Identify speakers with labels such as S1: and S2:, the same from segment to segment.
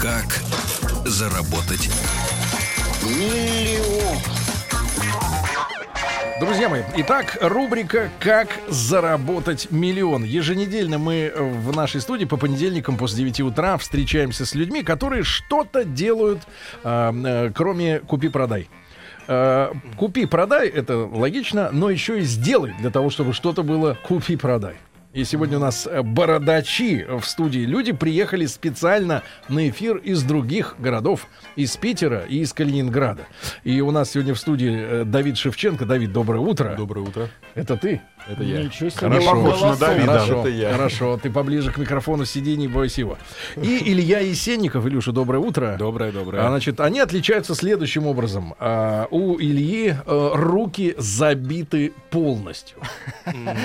S1: Как заработать
S2: Друзья мои, итак, рубрика «Как заработать миллион». Еженедельно мы в нашей студии по понедельникам после 9 утра встречаемся с людьми, которые что-то делают, э, э, кроме «Купи-продай». Э, Купи-продай, это логично, но еще и сделай для того, чтобы что-то было купи-продай. И сегодня у нас э, бородачи в студии. Люди приехали специально на эфир из других городов, из Питера и из Калининграда. И у нас сегодня в студии э, Давид Шевченко. Давид, доброе утро.
S3: Доброе утро.
S2: Это ты?
S3: Это я.
S4: Ничего себе.
S2: Хорошо.
S3: похож на
S4: Голосов.
S3: Давида.
S2: Хорошо,
S3: Это я.
S2: хорошо. Ты поближе к микрофону сиди, не бойся его. И Илья Есенников. Илюша, доброе утро.
S3: Доброе,
S2: А,
S3: доброе.
S2: Значит, они отличаются следующим образом. А, у Ильи э, руки забиты полностью.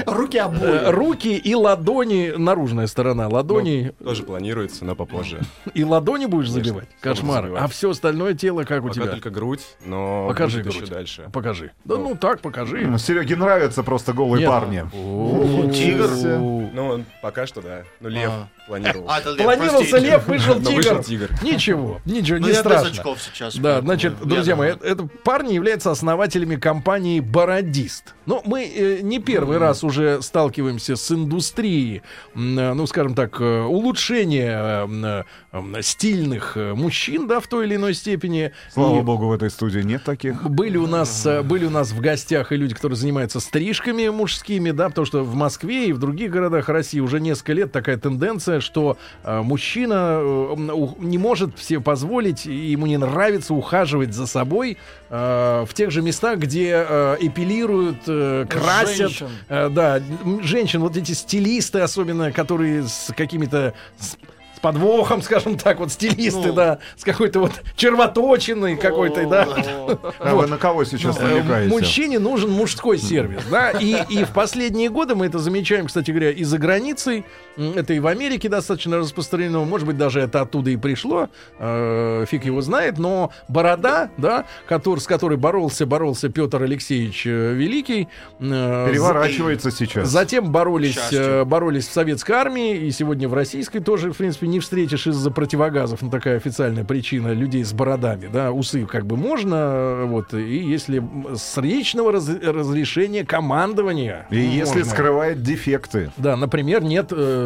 S4: Руки
S2: Э,
S4: обои.
S2: руки и ладони, наружная сторона ладони.
S3: Тоже планируется, но попозже.
S2: И ладони будешь
S3: Конечно,
S2: забивать?
S3: чтобы
S2: Кошмар.
S3: забивать.
S2: А все остальное тело как у
S3: Пока
S2: тебя?
S3: только грудь, но
S2: Покажи
S3: будет еще
S2: грудь.
S3: дальше.
S2: Покажи. Да
S3: Ну.
S2: ну так, покажи.
S5: Сереге нравятся просто голые
S2: Нет. ну,
S5: парни.
S2: О,
S4: тигр.
S2: о.
S3: Ну, он пока что, да. Ну, лев
S4: А.
S3: планировал.
S6: А, это
S2: Планировался
S6: простите.
S2: лев, вышел
S3: Но вышел
S2: а, тигр.
S3: тигр.
S2: Ничего, ничего,
S6: Ну,
S2: не
S6: я без
S2: страшно.
S6: очков сейчас.
S2: Да,
S6: поэтому
S2: значит,
S6: я
S2: друзья мои,
S6: думаю.
S2: это, это парни являются основателями компании «Бородист». Но мы э, не первый раз уже сталкиваемся с индустрией, м, э, ну, скажем так, э, улучшения э, м, э, м, стильных э, мужчин, да, в той или иной степени.
S5: Слава
S2: И
S5: богу, в этой студии нет таких.
S2: Были у нас, э, были у нас в гостях и люди, которые занимаются стрижками мужскими, да, потому что в Москве и в других городах России уже несколько лет такая тенденция, что э, мужчина э, м, у- не может себе позволить, и ему не нравится ухаживать за собой э, в тех же местах, где э, эпилируют, э, красят,
S4: Женщин.
S2: Э, да, м, женщин, вот эти стилисты, особенно, которые с какими-то с, с подвохом, скажем так, вот стилисты,
S6: Ну.
S2: да, с какой-то вот червоточиной какой-то, да.
S6: О,
S5: А вы на кого сейчас
S2: Э,
S5: намекаете?
S2: Мужчине нужен мужской сервис, да, и, и в последние годы мы это замечаем, кстати говоря, и за границей, М, это и в Америке достаточно распространено, может быть, даже это оттуда и пришло, Э, фиг его знает, но борода, да, котор- с которой боролся, боролся Петр Алексеевич э, Великий, э,
S5: Переворачивается сейчас.
S2: Затем боролись,
S6: К счастью.
S2: э, боролись в советской армии, и сегодня в российской тоже, в принципе, не встретишь из-за противогазов. Ну, такая официальная причина людей с бородами, да, усы как бы можно, э, вот, и если м, с личного раз- разрешения командования.
S5: И если
S2: можно.
S5: скрывает дефекты.
S2: Да, например, нет э,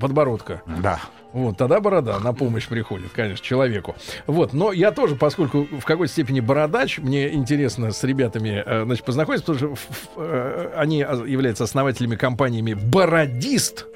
S2: подбородка.
S5: Да.
S2: Вот, тогда борода на помощь приходит, конечно, человеку. Вот, но я тоже, поскольку в какой-то степени бородач, мне интересно с ребятами, э, значит, познакомиться, потому что ф- ф- э, они а, являются основателями компаниями «Бородист».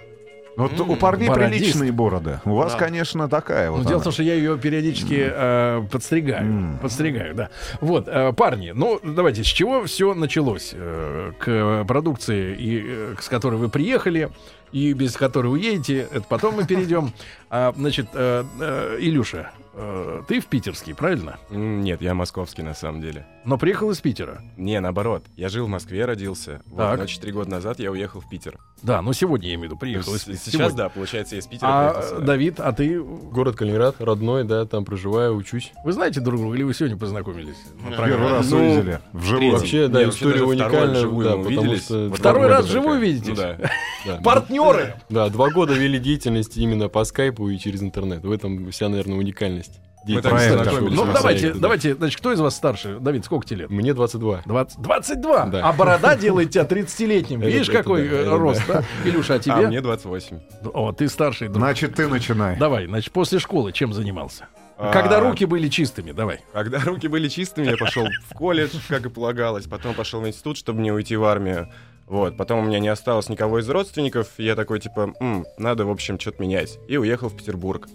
S5: Вот Ну, у парней
S2: Бородист.
S5: приличные бороды. У вас,
S6: Да.
S5: конечно, такая
S2: Ну,
S5: вот.
S2: дело в
S5: она.
S2: том, что я ее периодически э, подстригаю.
S5: М.
S2: Подстригаю, да. Вот, э, парни, ну давайте, с чего все началось э, к продукции, и, э, с которой вы приехали, и без которой уедете, это потом мы перейдем. А, значит, э, э, Илюша, э, ты в питерский, правильно?
S3: М, Нет, я московский на самом деле.
S2: Но приехал из Питера.
S3: Не, наоборот. Я жил в Москве, родился. Вот,
S2: Так.
S3: значит, три года назад я уехал в Питер.
S2: Да, но сегодня я имею в виду, приехал.
S3: Ну,
S2: из-
S3: с- Сейчас,
S2: сегодня.
S3: да, получается, я из Питера приехал
S2: А,
S3: сюда.
S2: Давид, а ты,
S7: Город Калининград, родной, да, там проживаю, учусь.
S2: вы знаете друг друга, или вы сегодня познакомились?
S6: Да.
S5: Первый раз
S3: Ну,
S5: увидели. Вживую.
S3: Третий.
S7: Вообще, да,
S3: Не, вообще
S7: история
S3: даже второй
S7: уникальная,
S3: вживую
S7: да,
S3: мы
S7: потому
S3: увиделись.
S7: что...
S2: Второй
S7: два
S2: раз
S7: года
S2: живую
S7: только.
S2: видитесь?
S3: Ну да.
S7: Да,
S2: Партнеры!
S7: да, два года вели деятельность именно по скайпу и через интернет. В этом вся, наверное, уникальность.
S3: Мы так
S7: деятельности
S5: проект.
S7: нашего
S3: познакомились.
S2: Ну,
S3: Слушай,
S2: давайте,
S7: проекта, да.
S2: давайте, значит, кто из вас старше? Давид, сколько тебе лет?
S7: Мне 22.
S2: 20, 22!
S7: Да.
S2: А борода делает тебя 30-летним.
S7: Это-
S2: Видишь,
S7: это
S2: какой
S7: да,
S2: э,
S7: это
S2: рост, да? Илюша, а
S3: А
S2: тебе?
S3: мне 28.
S2: О, ты старший друг.
S5: Значит, ты начинай.
S2: Давай, значит, после школы чем занимался?
S3: А,
S2: Когда руки были чистыми, давай.
S3: Когда руки были чистыми, я пошел в колледж, как и полагалось. Потом пошел в институт, чтобы не уйти в армию. Вот, потом у меня не осталось никого из родственников, и я такой, типа, «М, надо, в общем, что-то менять. И уехал в Петербург.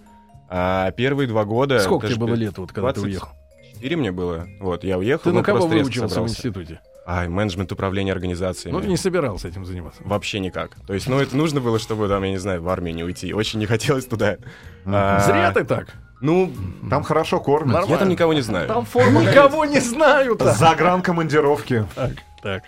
S3: А первые два года...
S2: Сколько
S3: даже
S2: тебе было лет, вот когда ты
S3: 20.
S2: уехал?
S3: Четыре мне было. Вот, я уехал.
S2: Ты
S3: но
S2: на кого
S3: просто резко
S2: выучился в
S3: собрался.
S2: институте?
S3: Ай, менеджмент управления организациями.
S2: Ну, ты не собирался этим заниматься.
S3: Вообще никак. То есть, ну, это нужно было, чтобы, там, я не знаю, в армию не уйти. Очень не хотелось туда. А,
S2: Зря ты так.
S3: Ну,
S5: Там хорошо кормят.
S3: я там никого не знаю.
S4: Там форма горит.
S2: Никого не знаю-то.
S5: За гран командировки.
S2: Так. Так.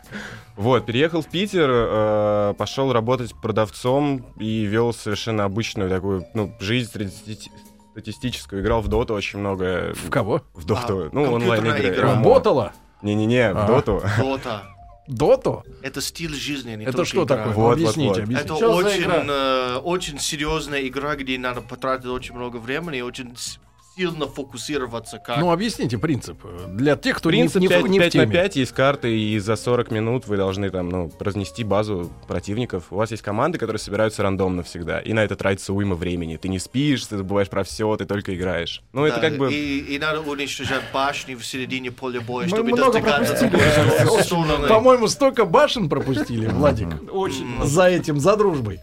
S3: Вот, переехал в Питер, э, пошел работать продавцом и вел совершенно обычную такую, ну, жизнь стати- статистическую. Играл в доту очень много.
S2: В кого?
S3: В доту.
S4: А,
S3: ну,
S4: компьютерная
S3: онлайн-игры.
S4: игра.
S2: В
S4: Драма.
S2: Ботала?
S3: Не-не-не,
S2: А.
S3: в доту.
S4: Дота.
S2: Доту?
S4: Это стиль жизни, а не
S2: Это
S4: только
S2: что
S4: игра.
S2: такое?
S3: Вот, вот,
S2: объясните,
S3: вот.
S2: объясните.
S4: Это
S6: Что за
S4: очень,
S6: игра?
S4: э, очень серьезная игра, где надо потратить очень много времени, очень с- сильно фокусироваться, как
S2: Ну, объясните принцип. э, Для тех, кто не-
S3: Принцип
S2: не, в-
S3: 5,
S2: не в
S3: на
S2: теме.
S3: 5, есть карты, и за 40 минут вы должны там, ну, разнести базу противников. У вас есть команды, которые собираются рандомно всегда, и на это тратится уйма времени. Ты не спишь, ты забываешь про все, ты только играешь.
S2: а
S3: Ну, это
S4: Да,
S3: как бы...
S4: и, и надо уничтожать башни в середине поля боя,
S6: Мы
S4: чтобы
S6: много
S4: достигаться
S6: пропустили.
S4: другой стороны. стороны.
S2: По-моему, столько башен пропустили, Владик.
S6: Очень.
S2: За этим, за дружбой.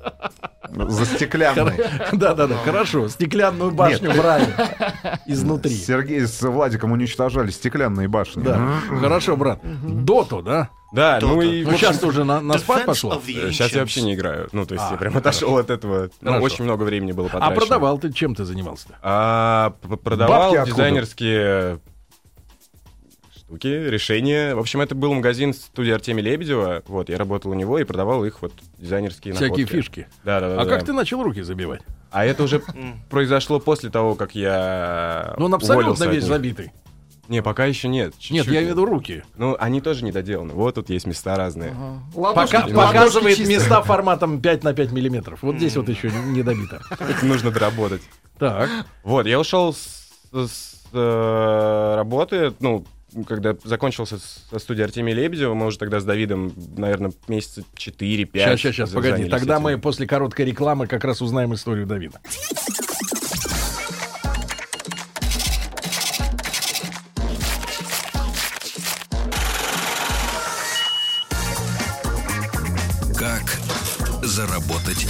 S5: За стеклянный.
S2: Да, да, да, хорошо. Стеклянную башню брали изнутри.
S5: Сергей с Владиком уничтожали стеклянные башни.
S2: Да. Хорошо, брат. Доту, да?
S3: Да, ну и... в
S2: Ну,
S3: общем,
S2: сейчас уже на, на спад
S4: Defense
S2: пошло.
S4: of the
S3: Сейчас Э, я вообще
S4: Ancients.
S3: не играю. Ну, то есть
S2: А,
S3: я прям отошел от этого. Ну,
S2: Хорошо.
S3: очень много времени было
S2: А
S3: потрачено.
S2: продавал ты, чем ты занимался-то?
S3: А, п- продавал
S5: Бабки откуда?
S3: дизайнерские штуки, решения. В общем, это был магазин студии Артемия Лебедева. Вот, я работал у него и продавал их вот дизайнерские
S2: Всякие
S3: находки.
S2: фишки.
S3: Да, да, да.
S2: А как ты начал руки забивать?
S3: А это уже
S4: М.
S3: произошло после того, как я
S2: Ну, он
S3: А, уволился
S2: абсолютно
S3: от
S2: весь
S3: них.
S2: забитый.
S3: Не, пока еще нет. чуть-чуть.
S2: Нет, я веду руки.
S3: Ну, они тоже не доделаны. Вот тут есть места разные.
S6: Ладошки-
S2: Пока,
S6: ладошки
S2: показывает
S6: чистые.
S2: места форматом 5 на 5 миллиметров. Вот здесь вот еще не добито.
S3: Это нужно доработать.
S2: Так.
S3: Вот, я ушел с, с, э, работы, ну, когда закончился с- со студией Артемия Лебедева, мы уже тогда с Давидом, наверное, месяца 4-5.
S2: Сейчас, сейчас, сейчас, погоди. Тогда мы после короткой рекламы как раз узнаем историю Давида.
S1: Как заработать?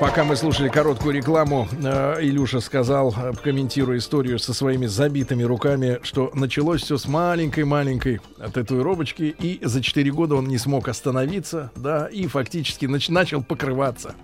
S2: Пока мы слушали короткую рекламу, э, Илюша сказал, э, комментируя историю со своими забитыми руками, что началось все с маленькой-маленькой татуировочки, и за 4 года он не смог остановиться, да, и фактически нач- начал покрываться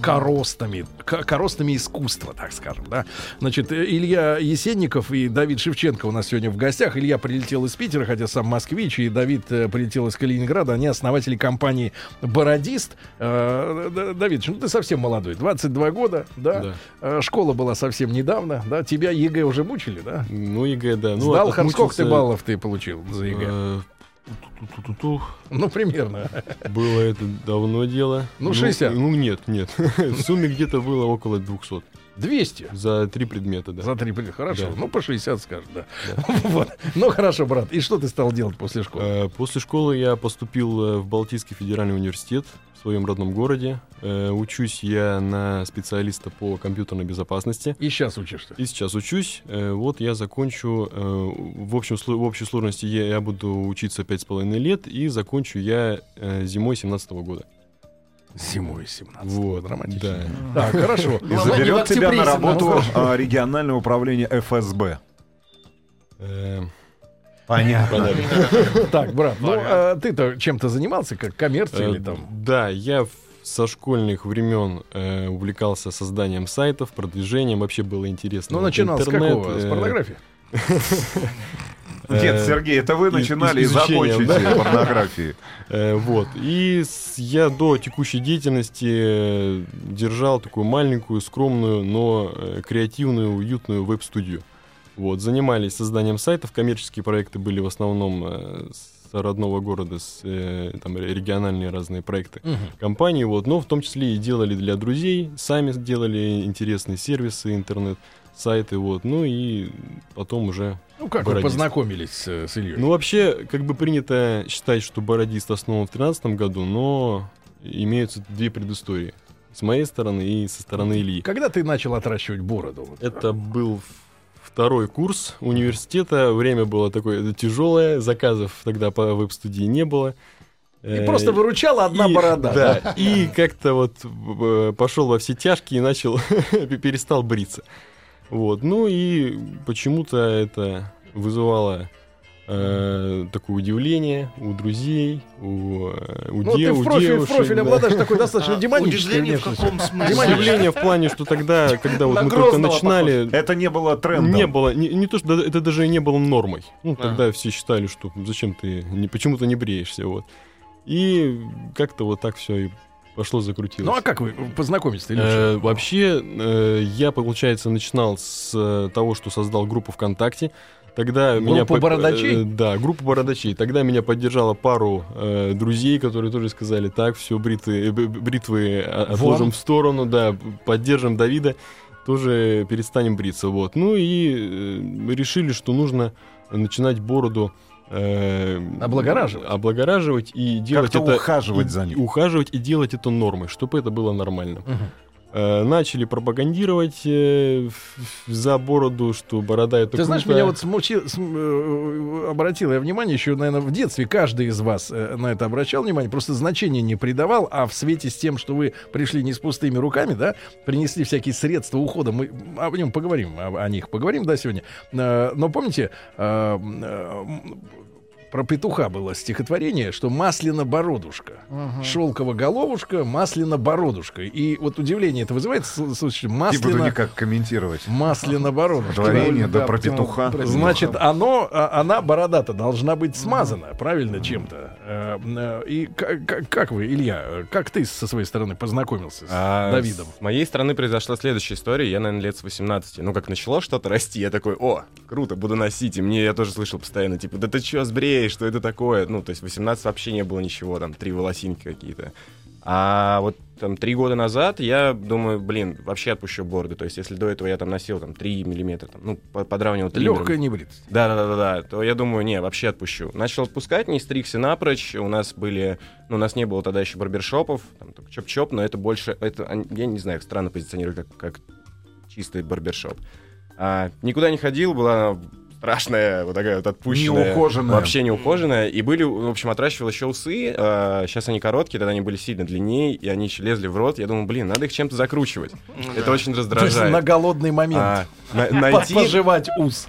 S2: коростами, к- коростами искусства, так скажем, да. Значит, э, Илья Есенников и Давид Шевченко у нас сегодня в гостях. Илья прилетел из Питера, хотя сам москвич, и Давид э, прилетел из Калининграда. Они основатели компании «Бородист». Э, Д- Д- Давидыч, ну ты совсем молодой, 22 года, да? Э, Школа была совсем недавно, да? Тебя ЕГЭ уже мучили, да?
S7: Ну, ЕГЭ, да. Ну,
S2: Сдал,
S7: от-
S2: Хар- сколько ты
S7: отмучился,
S2: баллов ты получил за ЕГЭ?
S7: э, ту-ту-ту-ту-ту.
S2: Ну, примерно.
S7: Было это давно дело.
S2: Ну, 60.
S7: Ну, нет, нет. В сумме где-то было около 200.
S2: 200.
S7: За три предмета, да.
S2: За три, блин, хорошо.
S7: Да.
S2: Ну, по 60 скажешь, да. Вот. Ну, хорошо, брат. И что ты стал делать после школы?
S7: Э, После школы я поступил э, в Балтийский федеральный университет в своем родном городе. Э, Учусь я на специалиста по компьютерной безопасности.
S2: И сейчас учишься.
S7: И сейчас учусь. Э, Вот я закончу. э, В, общем, сло- в общей сложности я, я буду учиться пять с половиной лет и закончу я э, зимой 17 года.
S2: Зимой Ну, 17
S7: Вот,
S2: драматично.
S7: да.
S2: Так, хорошо.
S5: И
S6: Главное, не в
S5: заберет
S6: октябре,
S5: тебя на
S6: если
S5: работу
S6: надо.
S5: а, региональное управление ФСБ.
S7: Э,
S5: Понятно.
S7: продали.
S2: Так, брат, ну а ты-то чем-то занимался, как коммерцией или
S7: Э,
S2: там?
S7: Да, я в- со школьных времен э, увлекался созданием сайтов, продвижением. Вообще было интересно.
S2: Ну,
S7: Вот
S2: начинал с
S7: Э, интернет,
S2: какого? С
S7: э,
S2: порнографии?
S7: э,
S5: Нет, Сергей, это вы
S7: из-
S5: начинали и
S7: из- изучением,
S5: закончите
S7: да?
S5: порнографии.
S7: Э, Вот. И с- я до текущей деятельности э, держал такую маленькую, скромную, но э, креативную, уютную веб-студию. Вот. Занимались созданием сайтов. Коммерческие проекты были в основном э, с родного города, с, э, там, ре- региональные разные проекты компании. Вот. Но в том числе и делали для друзей. Сами делали интересные сервисы, интернет сайты, вот, ну и потом уже
S2: Ну, как вы
S7: Бородист.
S2: познакомились э, с Ильей?
S7: ну, вообще, как бы принято считать, что Бородист основан в 2013 году, но имеются две предыстории. С моей стороны и со стороны Ильи.
S2: Когда ты начал отращивать бороду? Вот.
S7: Это был в- второй курс университета. Время было такое тяжелое, заказов тогда по веб-студии не было.
S2: И просто выручала одна
S7: и-
S2: борода.
S7: э, Да, и как-то вот э, пошел во все тяжкие и начал, перестал бриться. Вот, ну и почему-то это вызывало э, такое удивление у друзей, у, э, у,
S2: Ну,
S7: де-
S2: ты
S7: у
S2: в профиль, в
S7: девушек,
S2: профиль
S7: да.
S2: обладаешь такой достаточно
S4: А,
S2: демонической
S4: удивление в
S2: внешностью.
S4: каком смысле?
S2: Понимаешь?
S7: Удивление в плане, что тогда, когда вот
S2: На
S7: мы только
S2: Грозного
S7: начинали,
S5: Это не было трендом.
S7: не было, не, не то что да- это даже и не было нормой. Ну,
S4: А.
S7: тогда все считали, что зачем ты, не, почему-то не бреешься, вот. И как-то вот так все и пошло закрутилось.
S2: Ну а как вы познакомились, Илюша?
S7: Э, вообще, э, я, получается, начинал с э, того, что создал группу ВКонтакте. Тогда
S2: Группу
S7: меня по-
S2: бородачей?
S7: э, да, группа бородачей. Тогда меня поддержала пару э, друзей, которые тоже сказали, так, все, бриты, э, б- б- бритвы о-
S2: Вон.
S7: отложим в сторону, да, поддержим Давида, тоже перестанем бриться, вот. Ну и э, мы решили, что нужно начинать бороду э,
S2: Облагораживать.
S7: облагораживать и делать
S5: Как-то
S7: это
S5: ухаживать
S7: и-
S5: за ним.
S7: ухаживать и делать это нормой, чтобы это было нормально.
S2: Мгм.
S7: Э, Начали пропагандировать э, ф- ф- за бороду, что борода это
S2: Ты знаешь,
S7: круто.
S2: меня вот смучи- см- э, обратило я внимание, еще, наверное, в детстве каждый из вас э, на это обращал внимание, просто значения не придавал, а в свете с тем, что вы пришли не с пустыми руками, да, принесли всякие средства ухода, мы о нем поговорим, о, о них поговорим, да, сегодня. Э, Но помните, э, м, э, про петуха было стихотворение, что маслина бородушка, шелкова головушка, маслина бородушка. И вот удивление это вызывает, с- слушайте,
S5: Не буду
S2: маслина,
S5: никак комментировать.
S2: маслина бородушка.
S5: Творение,
S6: Ой,
S5: да,
S6: да,
S5: про
S6: прям
S5: петуха.
S6: про
S2: Значит, оно, а, она бородата должна быть смазана, правильно, чем-то. Э, э, И к- к- как вы, Илья, э, как ты со своей стороны познакомился с
S3: А
S2: Давидом?
S3: С моей стороны произошла следующая история. Я, наверное, лет с 18. Ну, как начало что-то расти, я такой, о, круто, буду носить. И мне, я тоже слышал постоянно, типа, да ты чё, сбреешь, что это такое? Ну, то есть 18 вообще не было ничего, там, три волосинки какие-то. А вот там три года назад я думаю, блин, вообще отпущу борды. То есть если до этого я там носил там 3 миллиметра, там, ну, по- подравнивал 3
S2: Легкая небритость.
S3: да, да, да, да, да. То я думаю, не, вообще отпущу. Начал отпускать, не стригся напрочь. У нас были, ну, у нас не было тогда еще барбершопов, там только чоп-чоп, но это больше, это, они- я не знаю, их странно позиционируют как, как чистый барбершоп. А, никуда не ходил, была страшная, вот такая вот отпущенная.
S5: Неухоженная.
S3: Вообще неухоженная. И были, в общем, отращивал еще усы. сейчас они короткие, тогда они были сильно длиннее, и они еще лезли в рот. Я думал, блин, надо их чем-то закручивать. Это очень
S2: То есть на
S3: раздражает.
S2: голодный
S3: А,
S2: момент.
S3: на-
S2: Пожевать
S3: найти,
S2: ус.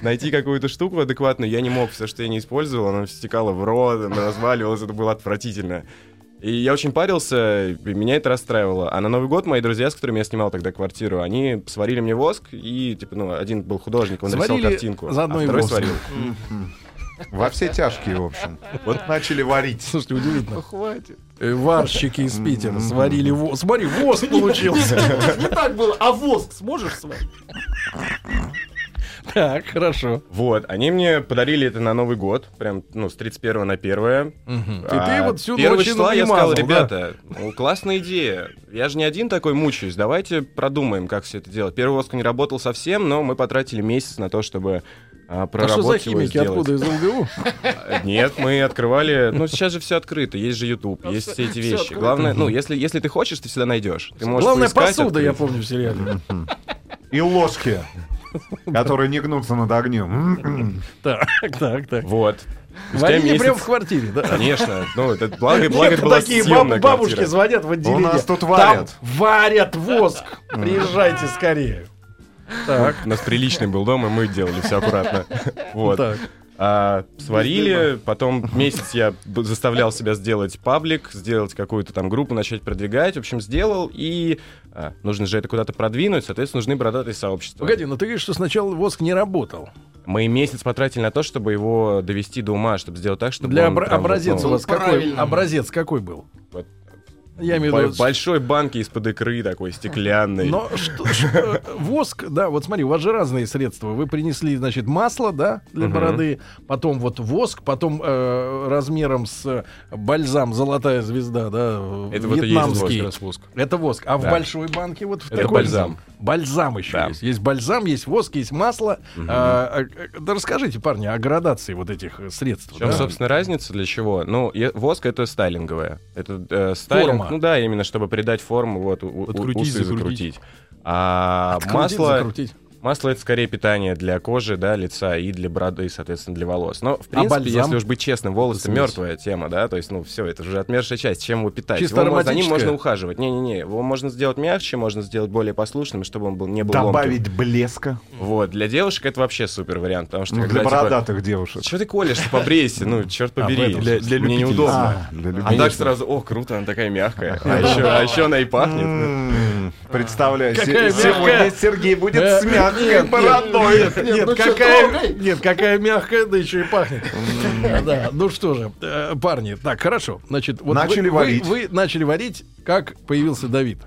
S3: Найти какую-то штуку адекватную я не мог, все, что я не использовал, оно стекало в рот, оно разваливалось, это было отвратительно. И я очень парился, и меня это расстраивало. А на Новый год мои друзья, с которыми я снимал тогда квартиру, они сварили мне воск, и, типа, ну, один был художник, он
S2: Сварили
S3: нарисовал картинку,
S2: заодно
S3: а
S2: и
S3: второй
S2: воск.
S3: сварил.
S6: Во все тяжкие, в общем. Вот начали варить.
S2: Слушайте, удивительно. Э, Варщики из Питера сварили воск. Смотри, воск получился.
S6: Не так было. А воск сможешь сварить?
S2: Так, хорошо.
S3: Вот, они мне подарили это на Новый год, прям, ну, с 31 на 1.
S2: Мгм. И
S3: А
S2: ты вот всю
S3: первого
S2: ночь и
S3: числа я
S2: намазал,
S3: сказал,
S2: да?
S3: ребята, ну, классная идея. Я же не один такой мучаюсь. Давайте продумаем, как все это делать. Первый Оскар не работал совсем, но мы потратили месяц на то, чтобы а,
S2: А что за
S3: проработать его и
S2: химики? Откуда
S3: сделать. Э,
S2: из ЛГУ?
S3: Нет, мы открывали. Ну, сейчас же все открыто, есть же YouTube, есть все эти вещи. Главное, ну, если, если ты хочешь, ты всегда найдешь. Ты можешь
S2: Главное,
S3: поискать,
S2: посуда, я
S3: открыть.
S2: помню в сериале.
S5: И ложки, которые не гнутся над огнем. М-м.
S2: Так, так, так.
S3: Вот. Спустя
S2: Варенье
S3: месяц-
S2: прям в квартире, да?
S3: Конечно. Ну, это благо, благо,
S2: Нет,
S3: это была
S2: такие баб-
S3: съемная
S2: бабушки
S3: квартира.
S2: звонят в отделение.
S5: У нас тут
S2: Там
S5: варят.
S2: варят воск. Приезжайте скорее. Так,
S3: У нас приличный был дом, и мы делали все аккуратно. Вот.
S2: так.
S3: А, сварили, потом месяц я б- заставлял себя сделать паблик, сделать какую-то там группу, начать продвигать. В общем, сделал, и а, нужно же это куда-то продвинуть, соответственно, нужны бородатые сообщества.
S2: Погоди, но ты говоришь, что сначала воск не работал.
S3: Мы месяц потратили на то, чтобы его довести до ума, чтобы сделать так, чтобы
S2: Для
S3: он
S2: обра-
S3: прям вот,
S2: образец
S3: ну,
S2: у вас какой?
S4: правильно.
S2: Образец какой был?
S3: Вот.
S2: Я имею в
S3: бо-
S2: виду...
S3: большой банки из-под икры такой, стеклянный.
S2: Но что, ж, э, воск, да, вот смотри, у вас же разные средства. Вы принесли, значит, масло, да, для
S3: Мгм.
S2: бороды, потом вот воск, потом э, размером с э, бальзам «Золотая звезда», да, э,
S3: Это вот и есть
S2: вьетнамский.
S7: Как раз воск.
S2: Это воск. А в
S3: Да.
S2: большой банке вот в
S3: Это
S2: такой-
S3: бальзам.
S2: Бальзам еще
S3: Да.
S2: есть. Есть бальзам, есть воск, есть масло. А, а, да расскажите, парни, о градации вот этих э, средств.
S3: В чем,
S2: да?
S3: собственно, разница для чего? Ну, е- воск это стайлинговая. Это э, стайлинг,
S2: Форма.
S3: ну да, именно чтобы придать форму, вот, у- у-
S7: Подкрутить,
S3: усы
S7: закрутить.
S3: закрутить. А
S2: Открутить,
S3: масло,
S2: закрутить.
S3: Масло это скорее питание для кожи, да, лица и для бороды, соответственно, для волос. Но,
S5: А
S3: в принципе,
S2: бальзам?
S3: если уж быть честным, волосы
S7: Смесь.
S3: мертвая тема, да, то есть, ну, все, это уже отмершая часть, чем его питать.
S2: Чисто
S3: Его мо- за ним
S2: ароматическое.
S3: можно ухаживать. Не-не-не, его можно сделать мягче, можно сделать более послушным, и чтобы он был не был ломким.
S5: Добавить блеска.
S3: Вот, для девушек это вообще супер вариант, потому что
S5: Ну,
S3: когда,
S5: для
S3: типа,
S5: бородатых девушек.
S3: Чего ты колешься, побрейся, ну, черт побери,
S7: этом смысле. А, Для
S3: мне
S7: любителей.
S3: неудобно.
S5: А, для
S3: А
S5: любителей.
S3: так сразу, о, круто, она такая мягкая. А еще, она и пахнет.
S5: М, Представляю, се-
S2: Какая мягкая.
S5: сегодня Сергей
S2: Э,
S5: будет с мягкой бородой.
S2: Нет,
S5: ну
S2: какая, нет, какая мягкая, да еще и пахнет. Да, ну что же, э, парни, так, хорошо. Значит, вот вы-
S5: Начали
S2: вы-
S5: варить.
S2: Вы начали варить, как появился Давид.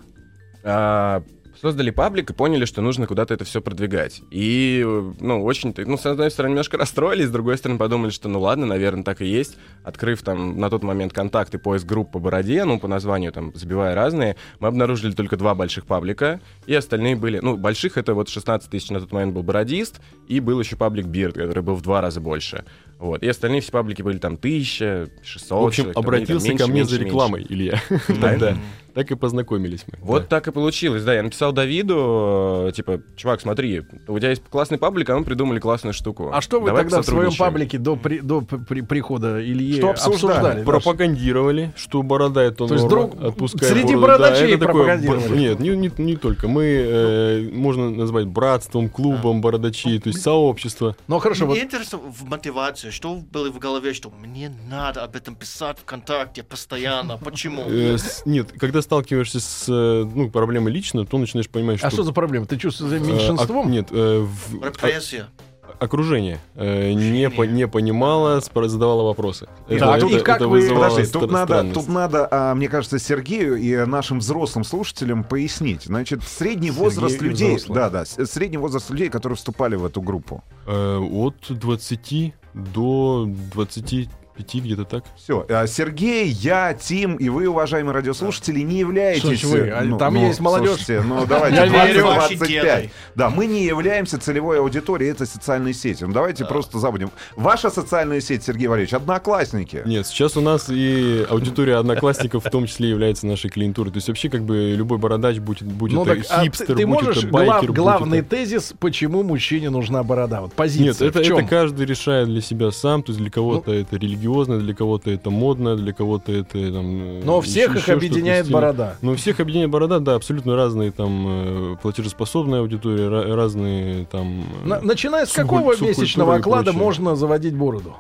S3: А, Создали паблик и поняли, что нужно куда-то это все продвигать. И, э, ну, очень, ты- ну, с одной стороны, немножко расстроились, с другой стороны, подумали, что, ну, ладно, наверное, так и есть. Открыв там на тот момент контакт и поиск групп по бороде, ну, по названию там, забивая разные, мы обнаружили только два больших паблика, и остальные были, ну, больших это вот 16 тысяч на тот момент был бородист, и был еще паблик Бирд, который был в два раза больше. Вот. И остальные все паблики были там 1600.
S7: В общем,
S3: человек, там,
S7: обратился
S3: меньше,
S7: ко мне
S3: меньше,
S7: за
S3: меньше.
S7: рекламой, Илья. Тогда. Так и познакомились мы.
S3: Вот так и получилось, да. Я написал Давиду, э, типа, чувак, смотри, у тебя есть классный паблик, а мы придумали классную штуку.
S2: А что вы
S3: Давай
S2: тогда в своем
S3: посотрудничаем».
S2: паблике до, при- до п- при- прихода Ильи
S5: Что обсуждали?
S2: обсуждали? да?
S7: пропагандировали, что борода это
S2: То есть
S7: норма,
S2: друг-
S7: отпускай
S2: среди
S7: бороду.
S2: бородачей
S7: это такое
S2: пропагандировали.
S7: б- Нет, не, не- не только. Мы, э, можно назвать братством, клубом бородачей, то есть сообщество.
S2: Ну хорошо, вот
S4: Мне интересно в мотивации, что было в голове, что мне надо об этом писать ВКонтакте постоянно,
S7: Э,
S4: почему?
S7: с- нет, когда сталкиваешься с э, ну, проблемой лично, то начинаешь понимать, что...
S2: а что за проблема? Ты чувствуешь себя
S7: э, ок-
S2: меньшинством?
S7: нет, э, в-
S4: Репрессия.
S7: о- окружение э, не, по- не понимало, спро- задавало вопросы.
S2: Так, и как вы-
S7: вызывало
S5: ну, Подожди,
S7: стра-
S5: тут надо,
S7: странность.
S5: тут надо, а, мне кажется, Сергею и нашим взрослым слушателям пояснить. Значит, средний возраст
S7: и
S5: людей,
S7: взрослым.
S5: да, да, с- средний возраст людей, которые вступали в эту группу.
S7: Э, от 20 до 25 где-то так.
S5: Все, А, Сергей, я, Тим и вы, уважаемые радиослушатели, не являетесь...
S2: Слушайте, вы, а там есть молодежь.
S5: слушайте, ну давайте,
S2: Я верю.
S5: 20-25. Да, мы не являемся целевой аудиторией, это социальные сети. Ну давайте просто забудем. Ваша социальная сеть, Сергей Валерьевич, одноклассники.
S7: Нет, сейчас у нас и аудитория одноклассников в том числе является нашей клиентурой. То есть вообще как бы любой бородач будет, будет э,
S2: Ну так, а
S7: хипстер,
S2: ты, ты
S7: будь
S2: можешь
S7: это байкер,
S2: глав-
S7: будь
S2: главный
S7: это-
S2: тезис, почему мужчине нужна борода? Вот
S7: Нет,
S2: позиция.
S7: это,
S2: в Ну.
S7: это
S2: чем?
S7: каждый решает для себя сам. То есть для кого-то это религиозно, для кого-то это модно, для кого-то это там... э,
S2: Но всех
S7: еще-
S2: их
S7: еще
S2: объединяет
S7: что-то стиль.
S2: борода.
S7: Ну, всех объединяет борода, да, абсолютно разные там э, платежеспособная аудитория, ра- разные там... э,
S2: На- начиная с
S7: субкуль-
S2: какого
S7: субкультуры
S2: месячного
S7: и
S2: оклада
S7: прочее.
S2: можно заводить бороду?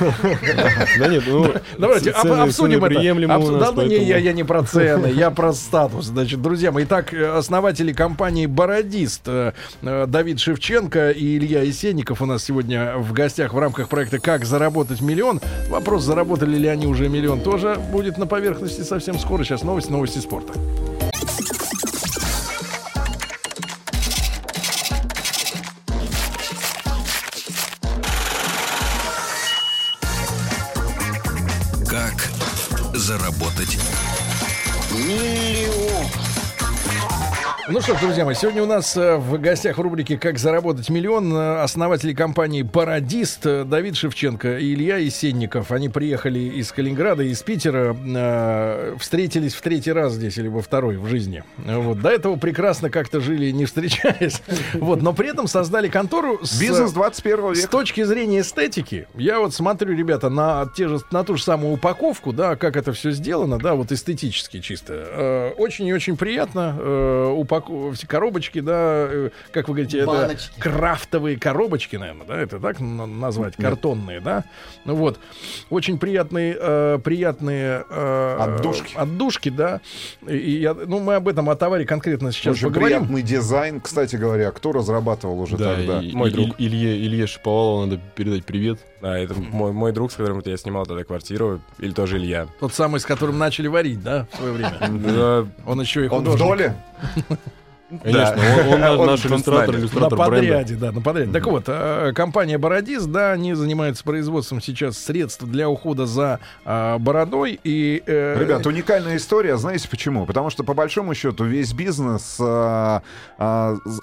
S7: Да нет, ну...
S2: Давайте
S7: ц- цены-
S2: об- обсудим
S7: цены
S2: это.
S7: приемлемы у
S2: Обсу- да,
S7: нас,
S2: ну, не, я,
S7: поэтому-
S2: я не про цены, я про статус. Значит, друзья мои, итак, э, основатели компании «Бородист» э, э, Давид Шевченко и Илья Есенников у нас сегодня в гостях в рамках проекта «Как заработать миллион». Вопрос, заработали ли они уже миллион, тоже будет на поверхности совсем скоро. Сейчас новости, новости спорта.
S1: Как заработать?
S2: Ну что ж, друзья мои, сегодня у нас э, в гостях в рубрике «Как заработать миллион» э, основатели компании «Парадист» э, Давид Шевченко и Илья Есенников. Они приехали из Калининграда, из Питера, э, встретились в третий раз здесь или во второй в жизни. Э, Вот. До этого прекрасно как-то жили, не встречаясь. Вот. Но при этом создали контору с...
S5: Бизнес 21
S2: С
S5: века.
S2: точки зрения эстетики, я вот смотрю, ребята, на, те же, на ту же самую упаковку, да, как это все сделано, да, вот эстетически чисто. Э, очень и очень приятно. Э, упако- все коробочки, да, э, как вы говорите, это
S4: Баночки.
S2: крафтовые коробочки, наверное, да, это так н- назвать, картонные, да. Ну вот, очень приятные, э, приятные... э,
S5: Отдушки.
S2: Отдушки, да. И, и я- ну, мы об этом, о товаре конкретно сейчас
S5: Очень
S2: поговорим.
S5: приятный дизайн, кстати говоря, кто разрабатывал уже
S7: Да,
S5: тогда?
S7: и-
S3: мой
S7: и-
S3: друг.
S7: Илье, Илье Шиповалову надо передать привет.
S3: Да, это мой, мой друг, с которым вот я снимал тогда квартиру, или тоже Илья.
S2: Тот самый, с которым начали варить, да, в свое время.
S3: Да,
S2: Он еще и
S5: Он в
S2: художник.
S5: доле?
S7: Конечно, он, он наш-
S3: Он-
S7: наш
S3: он с
S7: иллюстратор,
S3: нами.
S2: На
S7: иллюстратор бренда.
S2: подряде, да, на подряде. Так вот, э, компания Бородис, да, они занимаются производством сейчас средств для ухода за э, бородой и. э,
S5: Ребят, уникальная история, знаете почему? Потому что, по большому счету, весь бизнес а, а, з-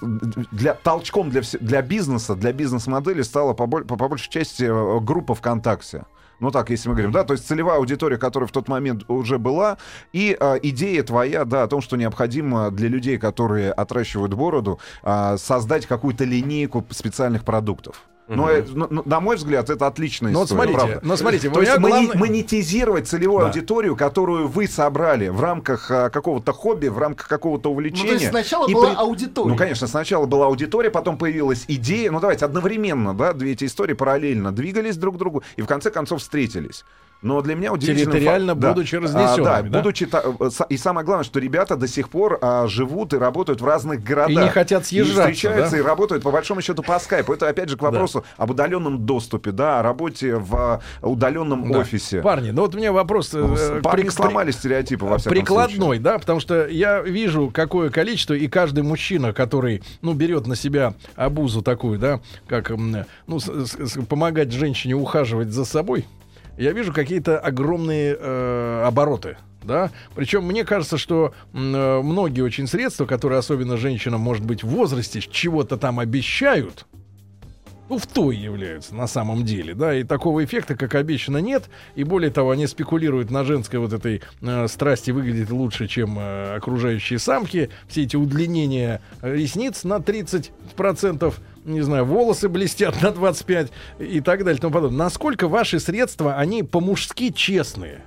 S5: для, толчком для, вс- для бизнеса, для бизнес-модели стала по, боль- по- по большей части э, группа ВКонтакте. Ну так, если мы говорим, да, то есть целевая аудитория, которая в тот момент уже была, и а, идея твоя, да, о том, что необходимо для людей, которые отращивают бороду, а, создать какую-то линейку специальных продуктов. Но, э, ну, ну, на мой взгляд, это отличная
S2: Ну вот
S5: история.
S2: смотрите,
S5: правда.
S2: ну смотрите, у
S5: То есть
S2: меня
S5: мони-
S2: главный-
S5: монетизировать целевую
S2: Да.
S5: аудиторию, которую вы собрали в рамках а, какого-то хобби, в рамках какого-то
S8: Ну, то
S5: увлечения.
S8: есть сначала
S5: И
S8: была
S5: при-
S8: аудитория.
S5: Ну, конечно, сначала была аудитория, потом появилась идея. Ну, давайте одновременно, да, две эти истории параллельно двигались друг к другу и в конце концов встретились. Но для меня удивительно...
S2: Территориально будучи разнесёнными,
S5: А, да,
S2: да?
S5: будучи... та- э, са- И самое главное, что ребята до сих пор а, живут и работают в разных городах.
S2: И не хотят съезжаться,
S5: И встречаются,
S2: да?
S5: и работают, по большому счету, по скайпу. Это, опять же, к вопросу об удаленном доступе, да, о работе в а, удаленном
S2: Да.
S5: офисе.
S2: Парни, ну вот у меня вопрос. э,
S5: С-
S2: к
S5: Парни
S2: прик-
S5: сломали стереотипы, во всяком случае.
S2: прикладной, да, потому что я вижу, какое количество, и каждый мужчина, который, ну, берет на себя обузу такую, да, как, м, ну, с- с- с- помогать женщине ухаживать за собой, я вижу какие-то огромные э, обороты. Да? Причем мне кажется, что м, э, многие очень средства, которые особенно женщинам, может быть, в возрасте чего-то там обещают, туфтой Ну, являются на самом деле, да, и такого эффекта, как обещано, нет, и более того, они спекулируют на женской вот этой э, страсти выглядит лучше, чем э, окружающие самки, все эти удлинения ресниц на 30%, не знаю, волосы блестят на 25% и так далее и тому подобное. Насколько ваши средства, они по-мужски честные?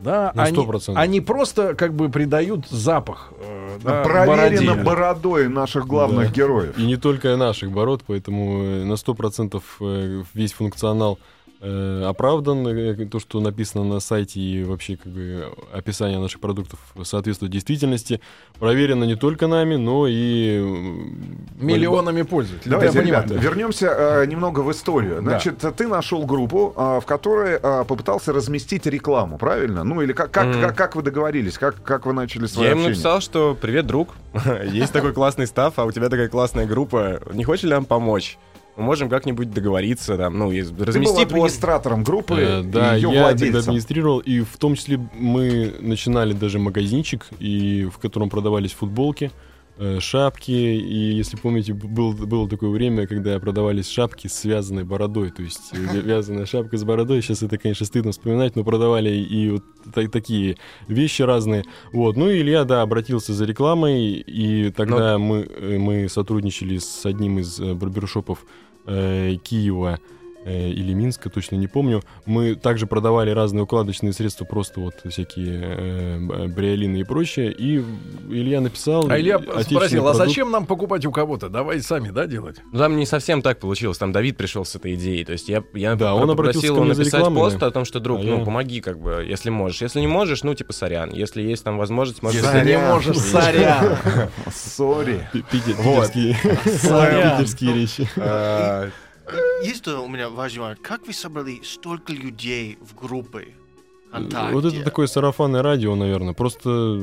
S2: Да,
S7: На
S2: они,
S7: 100%.
S2: они просто как бы придают запах. э, да,
S5: Ну, Проверено
S2: бороде.
S5: бородой наших главных
S7: Да.
S5: героев.
S7: И не только наших бород, поэтому э, на 100% э, весь функционал э, оправдан. Э, То, что написано на сайте и вообще как бы описание наших продуктов э, соответствует действительности, проверено не только нами, но и... м,
S2: миллионами пользователей.
S5: Давайте,
S2: Я понимаю.
S5: ребят, вернемся э, немного в историю. Значит, ты нашел группу, э, в которой э, попытался разместить рекламу, правильно? Ну или как, как,
S3: Мгм.
S5: как, как вы договорились, как, как вы начали свое
S3: Я им
S5: общение?
S3: написал, что «Привет, друг, есть такой классный став, а у тебя такая классная группа, не хочешь ли нам помочь?» Мы можем как-нибудь договориться, там, ну, и
S5: Ты был
S3: размести пост.
S5: администратором группы,
S7: Э,
S5: и
S7: Да,
S5: ее
S7: я тогда
S5: владельцем.
S7: администрировал, и в том числе мы начинали даже магазинчик, и в котором продавались футболки, э, шапки, и если помните, б- был, было такое время, когда продавались шапки с связанной бородой, то есть э, вя- вязаная шапка с бородой, сейчас это, конечно, стыдно вспоминать, но продавали и вот та- такие вещи разные, вот, ну и Илья, да, обратился за рекламой, и тогда
S5: Ну.
S7: мы, э, мы сотрудничали с одним из э, барбершопов э, Киева, э, или Минска, точно не помню. Мы также продавали разные укладочные средства, просто вот всякие э, б- бриолины и прочее. И Илья написал...
S2: А Илья
S7: отечественный
S2: спросил, а
S7: продукт».
S2: зачем нам покупать у кого-то? Давай сами, да, делать?
S3: Ну, там не совсем так получилось, там Давид пришел с этой идеей. То есть я, я
S7: Да, он обратился
S3: попросил
S7: ко
S3: его
S7: мне за
S3: написать
S7: рекламой,
S3: пост
S7: да.
S3: о том, что, друг,
S7: А
S3: ну,
S7: я-
S3: помоги, как бы, если можешь. Если не можешь, ну, типа, сорян. Если есть там возможность, можешь...
S5: Если
S2: Ты не
S5: Сорян.
S2: можешь, сорян.
S5: Сори.
S7: Пи- пите- Питерские питерские речи.
S3: А,
S4: Есть у меня важный момент. Как вы собрали столько людей в группы ВКонтакте?
S7: Вот это такое сарафанное радио, наверное. Просто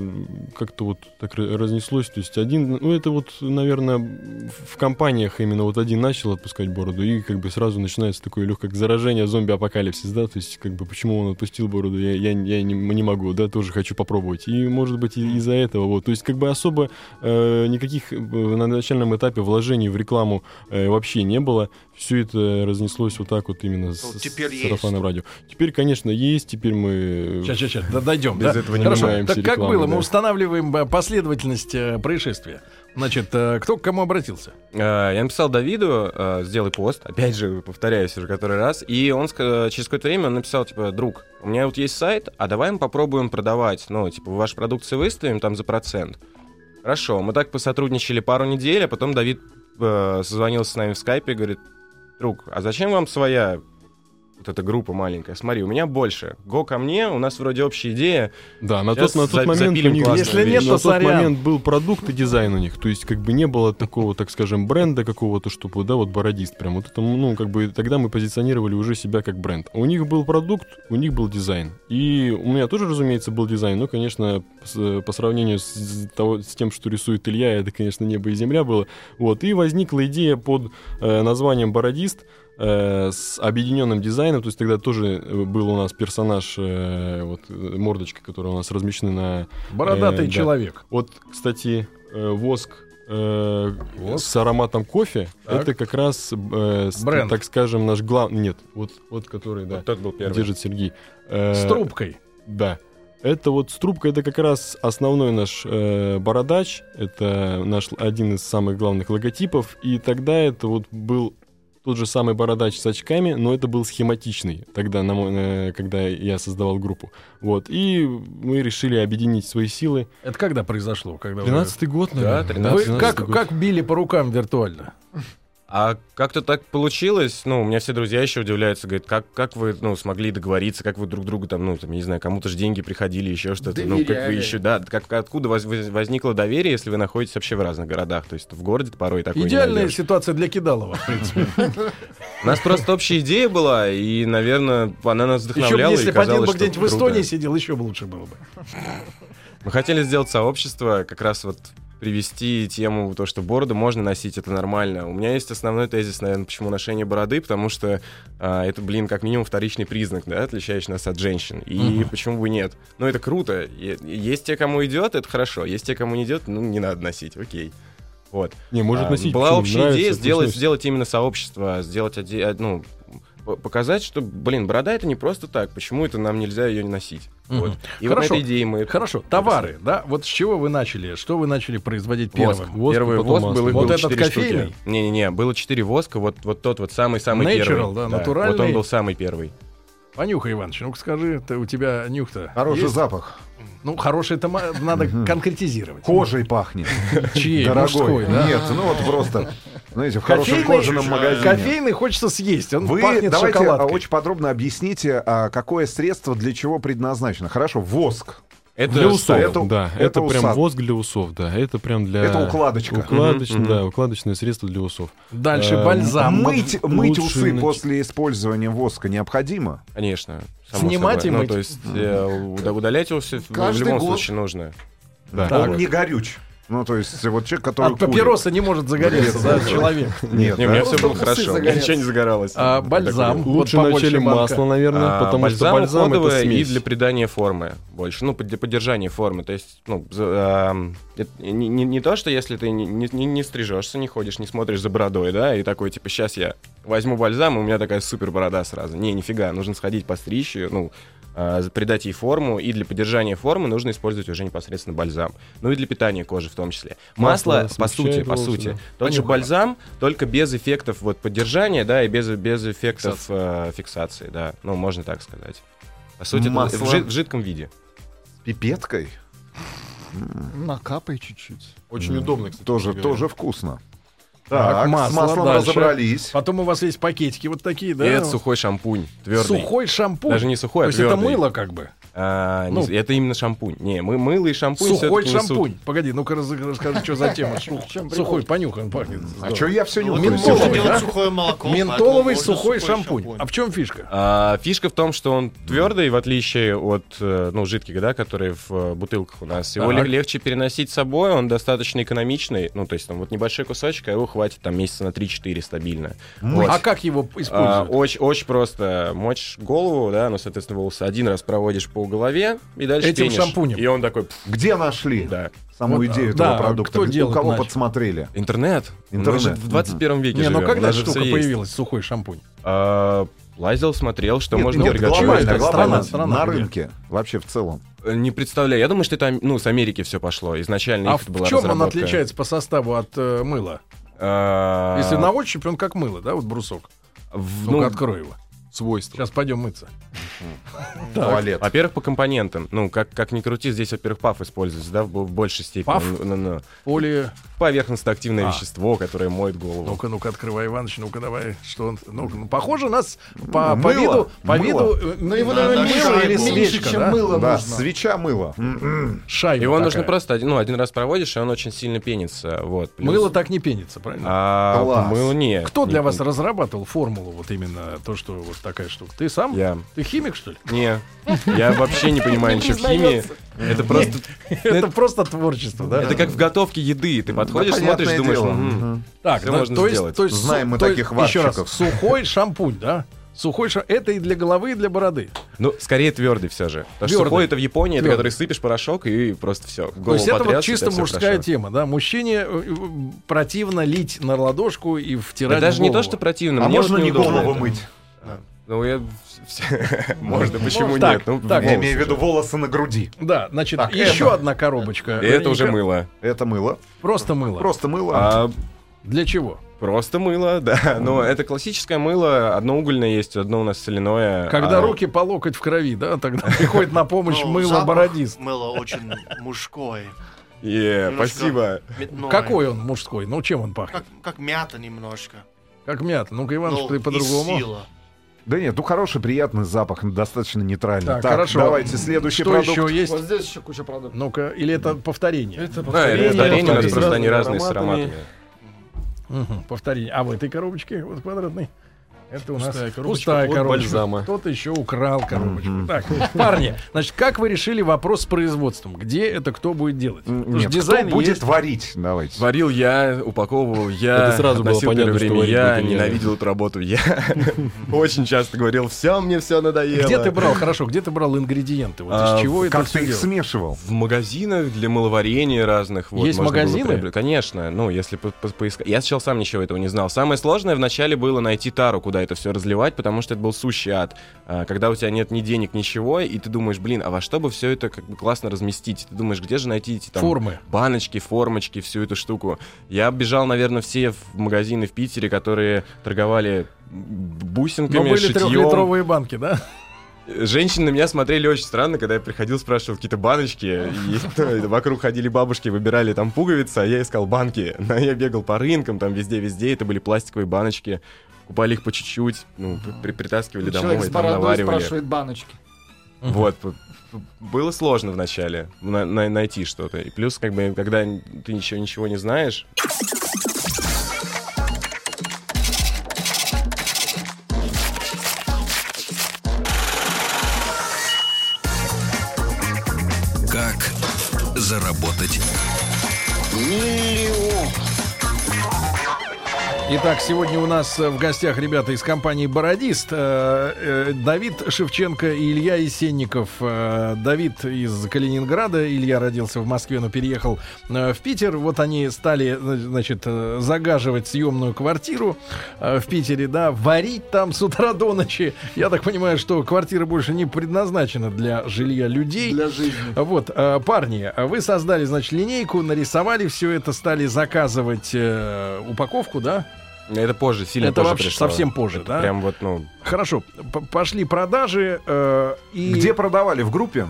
S7: как-то вот так ра- разнеслось. То есть один, ну это вот, наверное, в в компаниях именно вот один начал отпускать бороду, и как бы сразу начинается такое легкое заражение зомби-апокалипсис, да, то есть как бы почему он отпустил бороду, я, я, я не, не могу, да, тоже хочу попробовать. И может быть и- из-за этого, вот. То есть как бы особо э, никаких э, на начальном этапе вложений в рекламу э, вообще не было. Все это разнеслось вот так вот именно с,
S4: Ну, теперь
S7: с
S4: есть.
S7: сарафанным радио. Теперь, конечно, есть, теперь мы... э,
S2: Сейчас, сейчас, сейчас, дойдем.
S7: Без
S2: да?
S7: этого не
S2: Хорошо,
S7: занимаемся
S2: так как
S7: рекламой,
S2: было?
S7: да.
S2: Мы устанавливаем э, последовательность э, происшествия. Значит, э, кто к кому обратился?
S3: Э, Я написал Давиду, э, сделай пост, опять же, повторяюсь уже который раз, и он ска- через какое-то время он написал, типа, друг, у меня вот есть сайт, а давай мы попробуем продавать, ну, типа, ваши продукции выставим там за процент. Хорошо, мы так посотрудничали пару недель, а потом Давид э, созвонился с нами в скайпе и говорит, друг, а зачем вам своя вот эта группа маленькая? Смотри, у меня больше. Го ко мне, у нас вроде общая идея.
S7: Да, на
S3: Сейчас
S7: тот, на тот
S3: за-
S7: момент
S3: запилим
S7: у них-
S3: классную
S2: Если вещь. нет,
S7: на
S2: то
S7: тот
S2: сорян.
S7: момент был продукт и дизайн у них, то есть как бы не было такого, так скажем, бренда какого-то, чтобы да, вот бородист прям вот это, ну как бы тогда мы позиционировали уже себя как бренд. У них был продукт, у них был дизайн, и у меня тоже, разумеется, был дизайн, но конечно с- по сравнению с, с того, с тем, что рисует Илья, это конечно небо и земля было. Вот и возникла идея под э, названием Бородист э, с объединенным дизайном, то есть тогда тоже э, был у нас персонаж, э, вот э, мордочка, которая у нас размещена на...
S2: Бородатый
S7: Э, да.
S2: человек.
S7: Вот, кстати, э, воск э, с ароматом кофе.
S2: Так.
S7: Это как раз, э, с-
S2: Бренд.
S7: так скажем, наш главный... Нет, вот, вот который, да,
S3: Вот тот был первый.
S7: держит Сергей. Э,
S2: С трубкой.
S7: Да. Это вот с трубкой, это как раз основной наш э, бородач. Это наш л- один из самых главных логотипов. И тогда это вот был тот же самый бородач с очками, но это был схематичный. Тогда, на мой- э, когда я создавал группу. Вот. И мы решили объединить свои силы.
S2: Это когда произошло? Когда вы-
S7: 13-й год,
S2: Да, 13-й.
S7: наверное.
S2: Вы
S7: 13-й
S2: как,
S7: год.
S2: как били по рукам виртуально?
S3: А как-то так получилось, ну, у меня все друзья еще удивляются, говорят, как, как вы, ну, смогли договориться, как вы друг другу там, ну, там, я не знаю, кому-то же деньги приходили, еще что-то, ну, как вы
S2: Доверяли.
S3: еще, да, как, откуда воз- воз- возникло доверие, если вы находитесь вообще в разных городах, то есть в городе порой такое не
S2: Идеальная
S3: найдешь.
S2: ситуация для Кидалова, в принципе.
S3: У нас просто общая идея была, и, наверное, она нас
S2: Еще
S3: вдохновляла,
S2: бы, если
S3: и
S2: бы один бы
S3: казалось, что
S2: где-нибудь в
S3: круто.
S2: Эстонии сидел, еще бы лучше было бы.
S3: Мы хотели сделать сообщество, как раз вот привести тему то, что бороду можно носить, это нормально. У меня есть основной тезис, наверное, почему ношение бороды, потому что а, это, блин, как минимум вторичный признак, да, отличающий нас от женщин. И почему бы нет? Ну, это круто. Е- Есть те, кому идет, это хорошо. Есть те, кому не идет, ну, не надо носить, окей. Вот.
S7: Не, может
S3: А,
S7: носить.
S3: Была
S7: почему?
S3: общая
S7: Нравится,
S3: идея
S7: пусть
S3: сделать,
S7: носит.
S3: сделать именно сообщество, сделать, оде- од- ну, п- показать, что, блин, борода это не просто так, почему это нам нельзя ее не носить.
S2: Мгм.
S3: Вот. И
S2: Хорошо.
S3: вот этой идеей мы...
S2: Хорошо, товары, да? Вот с чего вы начали? Что вы начали производить первым?
S7: Воск,
S3: Первый
S7: потом
S3: воск
S7: масло.
S3: был, их
S2: Вот
S3: было
S2: этот
S3: четыре штуки.
S2: кофейный?
S3: Не-не-не, было четыре воска, вот, вот тот вот самый-самый
S2: Natural,
S3: первый.
S2: да,
S3: Вот
S2: натуральный.
S3: он был самый первый.
S2: Понюхай, Иваныч, ну-ка скажи, ты, у тебя нюх-то
S5: Хороший
S2: есть?
S5: запах.
S2: Ну, хороший это ма- надо конкретизировать.
S5: Кожей пахнет.
S2: Чьей?
S5: Дорогой.
S2: Мужской, да?
S5: Нет, ну вот просто, знаете, в хорошем
S2: Кофейный-
S5: кожаном магазине.
S2: Кофейный хочется съесть, он
S5: Вы
S2: пахнет
S5: давайте а,
S2: шоколадкой.
S5: очень подробно объясните, а, какое средство для чего предназначено. Хорошо, воск.
S3: Это
S7: Для усов,
S5: это-
S7: да.
S5: это
S7: Это, прям
S5: усад.
S7: воск для усов, да. Это прям для...
S5: Это укладочка.
S7: Укладоч-
S3: Мгм, мгм.
S7: Да, укладочное средство для усов.
S2: Дальше
S7: Э,
S2: бальзам.
S5: мыть
S7: ну,
S5: мыть
S7: лучше
S5: усы
S7: нач-
S5: после использования воска необходимо.
S3: Конечно. само
S2: Снимать
S3: собой.
S2: и мыть.
S3: Ну, то есть э, уда- удалять его все в
S6: Каждый
S3: любом
S6: год.
S3: случае нужно.
S7: Да.
S2: Так.
S5: Он не горюч. Ну, то есть, вот человек, который
S2: От папироса не может загореться, да,
S5: Загореться.
S2: человек.
S5: курит. Нет,
S3: Не, у меня
S5: да?
S3: все было хорошо, у меня
S6: загорятся.
S3: ничего не загоралось.
S2: А,
S3: Когда
S2: бальзам. Вот
S7: Лучше
S2: побольше
S7: вначале
S2: банка.
S7: масло, наверное,
S3: А,
S7: потому что бальзам это
S3: уходовая
S7: смесь.
S3: и для придания формы больше, ну, под- для поддержания формы. То есть, ну, за- а, это не, не- не то, что если ты не, не- не- не стрижешься, не ходишь, не смотришь за бородой, да, и такой, типа, сейчас я возьму бальзам, и у меня такая супер борода сразу. Не, нифига, нужно сходить постричь ее, ну, а, за- придать ей форму, и для поддержания формы нужно использовать уже непосредственно бальзам. Ну и для питания кожи в том числе. Масло,
S7: Масло
S3: по
S7: смягчает
S3: сути, по
S7: волосы,
S3: сути.
S7: да.
S3: Тот же
S2: Понюхала.
S3: бальзам, только без эффектов вот поддержания, да, и без, без эффектов э, фиксации, да. Ну, можно так сказать. По сути, это
S5: Масло.
S3: в, жи- в жидком виде.
S5: Пипеткой
S6: Накапай чуть-чуть.
S7: Очень удобно, кстати.
S5: тоже,
S7: говоря.
S5: тоже вкусно.
S2: Так,
S5: Так, с
S2: масло
S5: маслом
S2: дальше.
S5: разобрались.
S2: Потом у вас есть пакетики вот такие, да?
S3: И это сухой шампунь, твердый.
S2: Сухой шампунь.
S3: Даже не сухой,
S2: То
S3: а
S2: есть это
S3: твердый.
S2: мыло как бы.
S3: А, не-
S2: Ну.
S3: это именно шампунь. Не, мы мыло и шампунь
S2: Сухой
S3: всё-таки несут.
S2: шампунь. Погоди, ну-ка раз- расскажи, что за тема. Сухой, понюхай, он пахнет.
S5: А что я
S2: Ну,
S5: все не
S2: ментоловый,
S4: Можно Ну, делать
S2: да?
S4: сухое молоко.
S2: Ментоловый
S4: поэтому можно
S2: сухой шампунь. А в чем фишка?
S3: А, фишка в том, что он твердый, в отличие от э, ну, жидких, да, которые в э, бутылках у нас. Его
S2: Так.
S3: лег- легче переносить с собой, он достаточно экономичный. Ну, то есть там вот небольшой кусочек, а его хватит там месяца на 3-4 стабильно. Вот.
S2: А как его
S3: А,
S2: используют?
S3: очень, очень просто. Мочишь голову, да, ну, соответственно, волосы один раз проводишь по голове и дальше
S2: Этим
S3: пенишь.
S2: шампунем.
S3: И он такой, пф,
S5: Где нашли
S3: да.
S5: саму
S2: Вот, а,
S5: идею
S2: да,
S5: этого продукта?
S2: кто
S5: Где-
S2: делать
S5: У кого
S2: начал?
S5: подсмотрели?
S3: Интернет.
S5: Интернет.
S3: Мы же в 21 веке
S2: Не, ну
S3: живем, у
S2: когда
S3: нас
S2: эта
S3: же
S2: штука
S3: всё есть.
S2: появилась, сухой шампунь?
S3: А, лазил, смотрел, что
S5: Нет, ну,
S3: можно
S5: нет,
S3: приготовить.
S5: глобально,
S2: как страна,
S5: глобально,
S2: страна,
S5: на
S2: где?
S5: рынке вообще в целом.
S3: Э, Не представляю. Я думаю, что это ну, с Америки все пошло. Изначально
S2: А
S3: их была
S2: в чем он
S3: разработка.
S2: отличается по составу от э, мыла?
S3: А,
S2: Если на ощупь, он как мыло, да, вот брусок.
S3: в-
S2: Ну-ка,
S3: ну,
S2: открой его.
S7: Свойство.
S2: Сейчас пойдем мыться.
S5: Туалет.
S3: во-первых, по компонентам. Ну, как, как ни крути, здесь, во-первых, паф используется, да, в, в большей степени.
S2: Паф?
S3: Ну, ну,
S2: Поле.
S3: ну. Поверхностно-активное
S2: А. Ну,
S3: вещество, которое моет голову.
S2: Ну-ка, ну-ка, открывай, Иваныч, ну-ка, давай. Что он? Ну, ну, похоже, нас по, по
S5: Мыло.
S2: виду, по
S5: Мыло.
S2: виду, э,
S6: Но его,
S4: Надо
S6: наверное,
S4: шайбу.
S6: мыло или
S4: Меньше,
S6: свечка,
S2: чем
S6: чем мыло
S5: Да,
S6: нужно.
S5: свеча мыла. М-м.
S2: шайба
S3: Его нужно
S2: такая.
S3: просто один, ну, один раз проводишь, и он очень сильно пенится. Вот, плюс-
S2: Мыло так не пенится, правильно?
S3: А,
S5: Класс.
S3: мыло не.
S2: Кто для
S3: Не-
S2: вас разрабатывал формулу, вот именно то, что вот такая штука? Ты сам?
S3: Я.
S2: Ты химик, что ли?
S3: Не. Я вообще не понимаю
S6: Не
S3: ничего в химии.
S6: признается.
S3: Это просто...
S2: Это просто творчество, да?
S3: Ну, Это как в готовке еды. Ты подходишь,
S5: Да,
S3: смотришь,
S5: понятное
S3: думаешь...
S5: дело.
S3: «Мгм».
S5: Мгм.
S2: Так,
S3: Всё
S2: да,
S3: можно
S2: то есть,
S3: сделать.
S2: то есть
S5: Знаем
S2: су-
S5: мы
S2: то
S5: таких
S2: есть- еще раз,
S5: ватчиков.
S2: сухой шампунь, да? Сухой шар. Это и для головы, и для бороды.
S3: Ну, скорее твердый все же. Потому что
S2: Твердый.
S3: сухой это в Японии, это
S2: Твердый.
S3: который сыпешь порошок и просто все.
S2: То есть это вот чисто мужская тема, да? Мужчине э, э, противно лить на ладошку и втирать. в
S3: даже не то,
S2: голову.
S3: что противно,
S5: А
S3: мне
S5: можно
S3: вот
S5: не
S3: неудобно
S5: голову
S3: это.
S5: мыть?
S3: Ну, я... Можно, почему
S2: Ну, так,
S3: нет? Ну,
S2: так.
S5: Я
S3: волосы
S5: имею в
S3: же.
S5: виду волосы на груди.
S2: Да, значит,
S5: Так,
S2: еще
S5: это-
S2: одна коробочка.
S3: И это уже
S2: Ка-
S3: мыло.
S5: Это мыло.
S2: Просто мыло.
S5: Просто мыло.
S3: А
S2: Для чего?
S3: Просто мыло, да. Но это классическое мыло. Одно угольное есть, одно у нас соляное.
S2: Когда
S3: А,
S2: руки по локоть в крови, да, тогда приходит на помощь
S4: Ну,
S2: мыло
S4: запах
S2: бородист.
S4: Мыло очень мужское.
S3: е,
S4: Немножко.
S3: спасибо.
S4: Мятное.
S2: Какой он мужской? Ну чем он пахнет?
S4: Как, как мята немножко.
S2: Как мята. Ну-ка, Иван,
S4: Ну,
S2: что ты
S4: и
S2: по-другому.
S4: сила.
S5: Да нет, ну хороший, приятный запах, ну, достаточно нейтральный.
S2: Так, хорошо.
S5: Давайте следующий
S2: Что
S5: продукт.
S2: еще есть?
S8: Вот здесь еще куча продуктов.
S2: Ну-ка, или это повторение?
S8: Это
S3: Да, это
S2: повторение,
S3: повторение, у нас просто они
S8: Разные
S3: разные с
S8: ароматами.
S3: ароматами.
S2: Мгм, повторение. А в этой коробочке, вот квадратной, это у нас
S7: Пустая коробочка
S2: пустая
S7: от
S2: коробочка.
S7: бальзама.
S2: Кто-то еще украл коробочку. Так, парни, значит, как вы решили вопрос с производством? Где это кто будет делать?
S5: М,
S2: Потому
S5: Нет,
S2: что дизайн
S5: кто будет
S2: есть.
S5: варить? Давайте.
S3: Варил я, упаковывал я,
S7: Это сразу было
S3: относил
S7: понятно,
S3: первое
S7: что
S3: время
S7: варить
S3: я,
S7: будет нереально.
S3: ненавидел эту работу я. Очень часто говорил, все, мне все надоело.
S2: Где ты брал, хорошо, где ты брал ингредиенты? Вот из
S3: А,
S2: чего это
S5: Как ты
S2: все
S5: их смешивал?
S3: В магазинах для маловарения разных. Вот,
S2: Есть
S3: можно было
S2: магазины?
S3: приобрет- Конечно, ну, если по- по- поискать. Я сначала сам ничего этого не знал. Самое сложное вначале было найти тару, куда это все разливать, потому что это был сущий ад. А, Когда у тебя нет ни денег, ничего, и ты думаешь, блин, а во что бы все это как бы классно разместить? Ты думаешь, где же найти эти там
S2: Формы.
S3: баночки, формочки, всю эту штуку. Я оббежал, наверное, все в магазины в Питере, которые торговали бусинками,
S2: Но были
S3: шитьем.
S2: трехлитровые банки, да?
S3: Женщины на меня смотрели очень странно, когда я приходил, спрашивал какие-то баночки, и ну, вокруг ходили бабушки, выбирали там пуговицы, а я искал банки. Но я бегал по рынкам, там везде-везде, это были пластиковые баночки, купали их по чуть-чуть, ну, при- притаскивали
S8: Человек
S3: домой,
S8: с
S3: там
S8: бородой
S3: наваривали.
S8: спрашивает баночки.
S3: Вот, п- п- было сложно вначале на- на- найти что-то. И плюс, как бы, когда ты ничего, ничего не знаешь,
S1: Как заработать?
S2: Итак, сегодня у нас э, в гостях ребята из компании «Бородист». Э, э, Давид Шевченко и Илья Есенников. Э, Давид из Калининграда, Илья родился в Москве, но переехал э, в Питер. Вот они стали, зна- значит, э, загаживать съемную квартиру э, в Питере, да, варить там с утра до ночи. Я так понимаю, что квартира больше не предназначена для жилья людей.
S8: Для жизни.
S2: Вот, э, парни, вы создали, значит, линейку, нарисовали все это, стали заказывать э, упаковку, да?
S3: это позже, сильно
S2: это
S3: позже
S2: вообще
S3: пришло.
S2: совсем позже, да?
S3: Прям вот, ну,
S2: Хорошо, п- пошли продажи э, и
S5: Где продавали? В группе?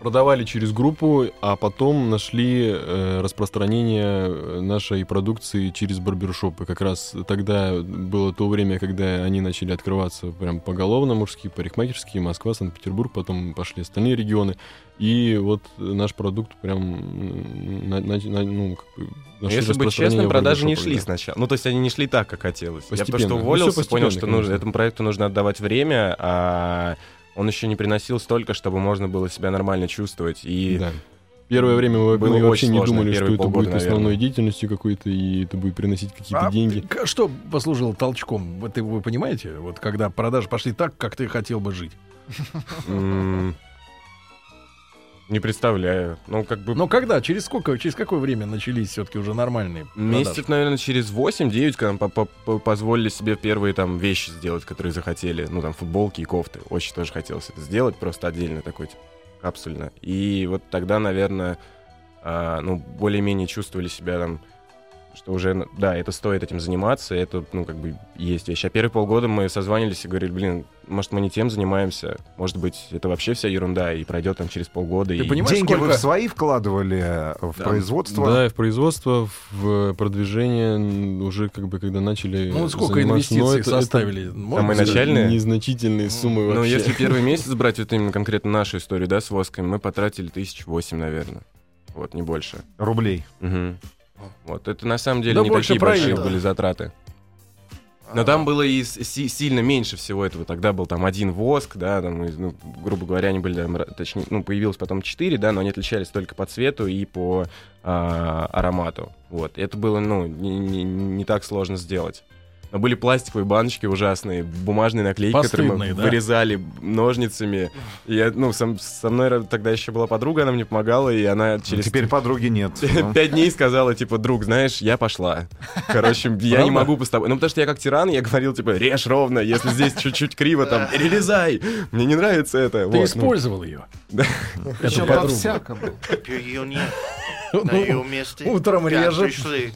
S7: Продавали через группу, а потом нашли э, распространение э, нашей продукции через барбершопы. Как раз тогда было то время, когда они начали открываться прям поголовно, мужские, парикмахерские, Москва, Санкт-Петербург, потом пошли остальные регионы. И вот наш продукт прям м, на- на- на- ну, как бы нашли
S3: Если быть
S7: распространение
S3: честным,
S7: в
S3: продажи не
S7: барбершопах,
S3: шли
S7: да.
S3: сначала. Ну, то есть они не шли так, как хотелось.
S7: Постепенно.
S3: Я
S7: Ну,
S3: просто
S7: всё
S3: уволился,
S7: постепенно,
S3: понял, что нужно,
S7: конечно.
S3: этому проекту нужно отдавать время, а он еще не приносил столько, чтобы можно было себя нормально чувствовать. И
S7: Да. Первое время мы,
S3: Было
S7: мы вообще
S3: очень
S7: не
S3: сложно,
S7: думали, что
S3: первые
S7: это
S3: полгода,
S7: будет основной
S3: наверное.
S7: деятельностью какой-то, и это будет приносить какие-то
S2: А,
S7: деньги.
S2: к- Что послужило толчком? Вот и вы понимаете, вот когда продажи пошли так, как ты хотел бы жить.
S3: м, не представляю. Ну, как бы
S2: Но когда, через сколько, через какое время начались все-таки уже нормальные продажи?
S3: месяцев, наверное, через 8-9, когда нам по- по- по- позволили себе первые там вещи сделать, которые захотели. Ну, там, футболки и кофты. Очень тоже хотелось это сделать, просто отдельно такой, типа, капсульно. И вот тогда, наверное, а, ну, более-менее чувствовали себя там, что уже, ну, да, это стоит этим заниматься, это, ну, как бы, есть вещь. А первые полгода мы созванивались и говорили, блин, может, мы не тем занимаемся, может быть, это вообще вся ерунда, и пройдет там через полгода.
S2: Ты
S3: и...
S2: понимаешь,
S5: Деньги вы
S2: сколько-
S5: в свои вкладывали э, в
S3: Да.
S5: производство?
S7: Да, и в производство, в продвижение м, уже как бы когда начали.
S2: Ну, вот сколько
S7: заниматься, но
S2: инвестиций
S7: это-
S2: составили?
S5: А
S7: это
S2: Можно
S3: Самые
S2: сказать?
S3: начали- начальные?
S7: Незначительные суммы
S3: Ну,
S7: вообще.
S3: если первый месяц брать вот именно конкретно нашу историю, да, с восками, мы потратили тысяч восемь, наверное. Вот, не больше.
S5: Рублей.
S3: Мгм. Вот, это на самом деле
S2: Да
S3: не
S2: больше
S3: такие большие
S2: проиграно.
S3: были затраты.
S2: Ну,
S3: Но
S2: А.
S3: там было и с- си- сильно меньше всего этого. Тогда был там один воск, да, там, и, ну, грубо говоря, они были, там, ра- точнее, ну, появилось потом четыре, да, но они отличались только по цвету и по а, аромату. Вот, это было, ну, не- не- не так сложно сделать. Но были пластиковые баночки ужасные, бумажные наклейки, которые
S2: Постыдные,
S3: мы
S2: да?
S3: вырезали ножницами. И я, ну, со, со мной ра- тогда еще была подруга, она мне помогала, и она через...
S5: Теперь подруги нет. Ну.
S3: Пять дней сказала, типа, друг, знаешь, я пошла. Короче, я не могу с тобой. Ну, потому что я как тиран, я говорил, типа, режь ровно, если здесь чуть-чуть криво, там, перелезай. Мне не нравится это. Вот,
S2: Ты
S3: ну.
S2: использовал ее.
S8: Причем по-всякому.
S4: Ее нет. На ее месте.
S2: Ну, утром
S4: Как
S2: режет.
S4: пришли.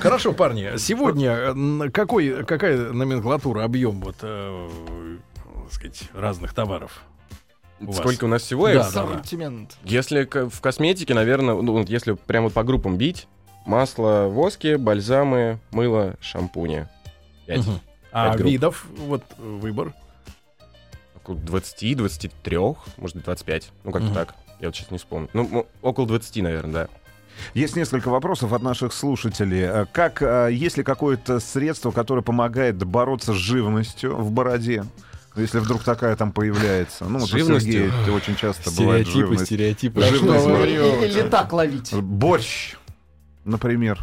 S2: Хорошо, парни. Сегодня э, н- какой, какая номенклатура, объем вот, э, так сказать, разных товаров? у вас?
S3: Сколько у нас всего?
S2: Да,
S3: Я-
S2: да.
S8: Ассортимент.
S3: Если к- в косметике, наверное, ну, вот если прямо по группам бить, масло, воски, бальзамы, мыло, шампуни. Пять.
S2: Мгм. А
S3: Пять групп.
S2: видов, вот э, выбор.
S3: Около 20, 23, может быть, 25. Ну, как-то
S2: Мгм.
S3: так. Я вот сейчас не вспомню. Ну, м- около 20, наверное, да.
S5: Есть несколько вопросов от наших слушателей. Э, Как, э, есть ли какое-то средство, которое помогает бороться с живностью в бороде? Если вдруг такая там появляется. Ну, вот у
S3: Живностью?
S5: Сергея это очень часто бывает
S7: Стереотипы,
S5: живность.
S7: стереотипы.
S5: Живность
S8: Или-
S5: бывает.
S8: Или или так ловить.
S5: Борщ, например.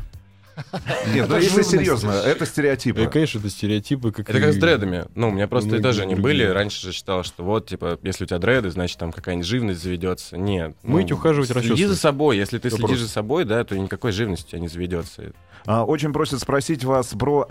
S5: Нет,
S8: Это
S5: ну, если
S8: живность.
S5: серьезно, это стереотипы.
S7: Э, Конечно, это стереотипы. Как
S3: Это
S7: и-
S3: как с дредами. Ну, у меня просто
S7: многие
S3: и даже они были.
S7: другие.
S3: Раньше же считал, что вот, типа, если у тебя дреды, значит, там какая-нибудь живность заведется. Нет. ну,
S7: Мыть, ухаживать,
S3: Следи за
S7: расчесывать.
S3: собой. Если ты
S5: Всё
S3: следишь
S5: просто.
S3: за собой, да, то никакой живности у тебя не заведется.
S5: А, Очень просят спросить вас про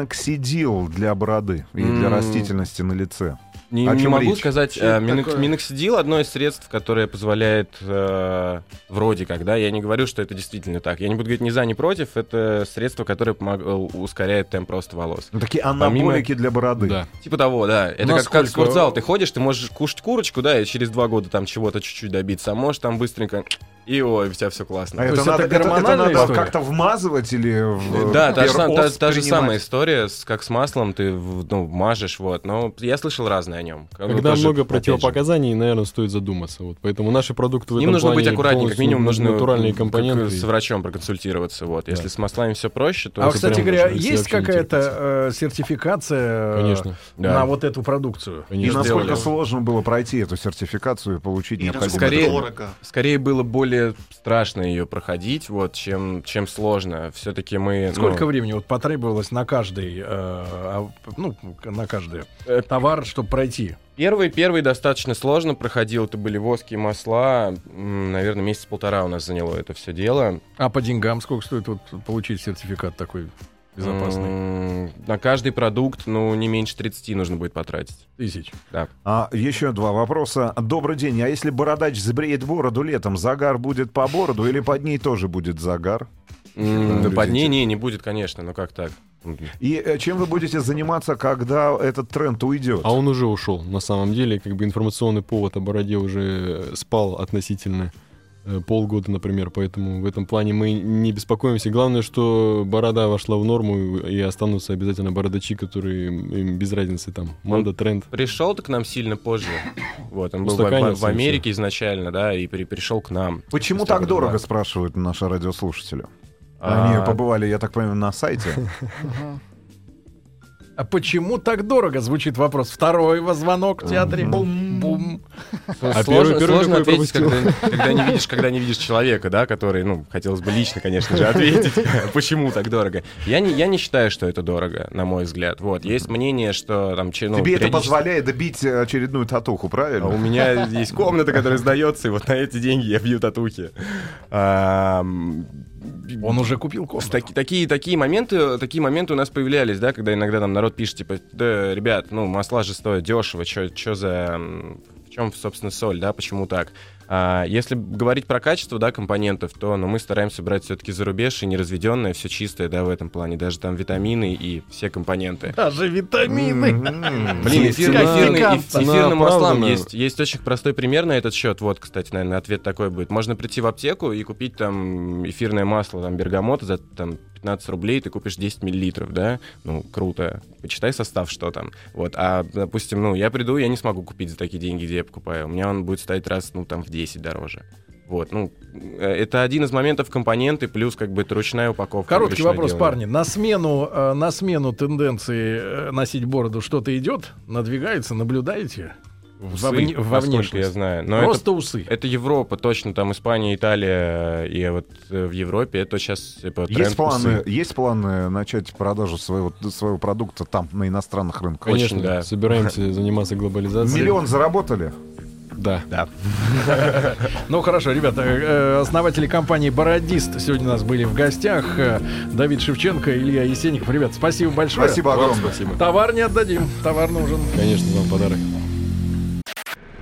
S5: миноксидил для бороды и для
S3: М.
S5: растительности на лице.
S3: Не,
S5: А О
S3: не
S5: чем
S3: могу
S5: речь?
S3: сказать.
S8: Чё это
S3: а, минок-
S8: такое?
S3: миноксидил одно из средств, которое позволяет э, вроде как, да, я не говорю, что это действительно так. Я не буду говорить ни за, ни против. Это средство, которое помог- э, ускоряет темп роста волос.
S5: Ну, такие анаболики для бороды.
S7: Да.
S3: Типа того, да. Это как, как
S2: Насколько-
S3: в спортзал. Ты ходишь, ты можешь кушать курочку, да, и через два года там чего-то чуть-чуть добиться. А можешь там быстренько... И ой, у тебя все классно.
S5: А
S2: есть
S5: это
S2: это
S5: надо, это- это
S2: гормональная
S5: надо
S2: история?
S5: как-то вмазывать или... в-
S3: Да, та же, сам- та-
S5: перос
S3: та же
S5: принимать?
S3: самая история, с, как с маслом, ты в- ну, мажешь, вот. Но я слышал разное о нем.
S7: Когда много противопоказаний, наверное, стоит задуматься. Вот. Поэтому наши продукты в
S3: Им
S7: этом
S3: нужно быть
S7: плане
S3: аккуратнее, как
S7: полностью
S3: минимум нужно
S7: натуральные
S3: как,
S7: компоненты.
S3: э, с врачом проконсультироваться. Вот, если с маслами все проще, то
S2: А,
S3: это
S2: кстати
S3: прям
S2: говоря,
S3: нужно, если
S2: есть
S7: вообще не терпится.
S2: какая-то э, сертификация э,
S7: Конечно.
S3: Да.
S2: на вот эту продукцию?
S5: И
S7: Конечно.
S5: насколько
S3: сделали.
S5: сложно было пройти эту сертификацию и получить
S4: И
S5: необходимые
S4: насколько
S3: Скорее-
S5: документы?
S4: дорого.
S3: скорее было более страшно ее проходить, вот, чем чем сложно. Все-таки мы
S2: Сколько
S3: ну,
S2: времени вот потребовалось на каждый, э, а, ну, на каждый
S3: Э,
S2: товар, чтобы пройти?
S3: первый первый достаточно сложно проходил. Это были воски и масла. М, Наверное, месяц полтора у нас заняло это все дело.
S2: А по деньгам сколько стоит вот получить сертификат такой безопасный?
S3: М, На каждый продукт, ну, не меньше 30 нужно будет потратить.
S2: Тысяч.
S5: А, еще два вопроса. Добрый день. А если бородач забреет бороду летом, загар будет по бороду или под ней тоже будет загар?
S3: М,
S5: Да,
S3: Под ней
S5: люди-
S3: не, не будет, конечно, но как так?
S5: И э, чем вы будете заниматься, когда этот тренд уйдет?
S7: А он уже ушел, на самом деле, как бы информационный повод о бороде уже э, спал относительно э, полгода, например, поэтому в этом плане мы не беспокоимся. Главное, что борода вошла в норму и останутся обязательно бородачи, которые им им без разницы там. Манда, тренд.
S3: Пришел ты к нам сильно позже. Вот, он был в,
S7: Устаканился
S3: в- в Америке изначально, да, и при- пришел к нам.
S5: Почему
S3: Если
S5: так
S3: я
S5: дорого,
S3: понимаю.
S5: спрашивают наши радиослушатели? Они
S3: А,
S5: побывали, я так понимаю, на сайте.
S2: А почему так дорого? Звучит вопрос. Второй во- звонок в театре.
S8: Бум.
S2: Бум.
S3: сложно,
S7: А первый- первый
S3: сложно
S7: какой
S3: ответить, когда, когда не видишь, когда не видишь человека, да, который, ну, хотелось бы лично, конечно же, ответить, почему так дорого. Я не, я не считаю, что это дорого, на мой взгляд. Вот, есть мнение, что там... че- ну,
S5: Тебе это
S3: периодически-
S5: позволяет добить э, очередную татуху,
S3: А У
S5: правильно?
S3: меня есть комната, которая сдается, и вот на эти деньги я бью татухи. Ам,
S2: Он уже купил
S3: с
S2: комнату.
S3: таки- такие, такие, моменты, такие моменты у нас появлялись, да, когда иногда там народ пишет, типа, да, ребят, ну, масла же стоят дешево, что за... м, В чем, собственно, соль, да, почему так? А, если говорить про качество, да, компонентов, то ну, мы стараемся брать все-таки за рубеж и неразведенное, все чистое, да, в этом плане. Даже там витамины и все компоненты.
S2: Даже витамины.
S5: М.
S3: Блин,
S7: Есть
S3: эфир,
S7: цена.
S3: эфирный- эф-
S7: Цена
S3: эфирным маслам
S7: оправданная.
S3: есть, есть очень простой пример на этот счет. Вот, кстати, наверное, ответ такой будет. Можно прийти в аптеку и купить там эфирное масло, там, бергамота за там, 15 рублей, ты купишь 10 миллилитров, да? Ну, круто. Почитай состав, что там. Вот, а, допустим, ну, я приду, я не смогу купить за такие деньги, где я покупаю. У меня он будет стоить раз, ну, там, в 10 дороже. Вот, ну, э, это один из моментов компоненты, плюс, как бы, это ручная упаковка.
S2: Короткий
S3: ручное
S2: вопрос,
S3: делание.
S2: парни. На смену, э, на смену тенденции э, носить бороду что-то идет? Надвигается? Наблюдаете?
S3: Усы,
S2: Во вне- во
S3: насколько
S2: внешность.
S3: я знаю. Но это
S2: Просто усы.
S3: Это Европа, точно, там Испания, Италия, и вот э, в Европе это сейчас типа тренд
S5: Есть планы,
S3: усы.
S5: есть планы начать продажу своего, своего продукта там, на иностранных рынках?
S3: Очень,
S7: Конечно,
S3: да.
S7: собираемся заниматься глобализацией.
S5: Миллион заработали?
S7: Да.
S2: Ну хорошо, ребята, э, основатели компании «Бородист» сегодня у нас были в гостях. Э, Давид Шевченко, Илья Есенников. Ребят, спасибо большое.
S5: Спасибо огромное.
S2: Товар не отдадим, товар нужен.
S7: Конечно, вам подарок.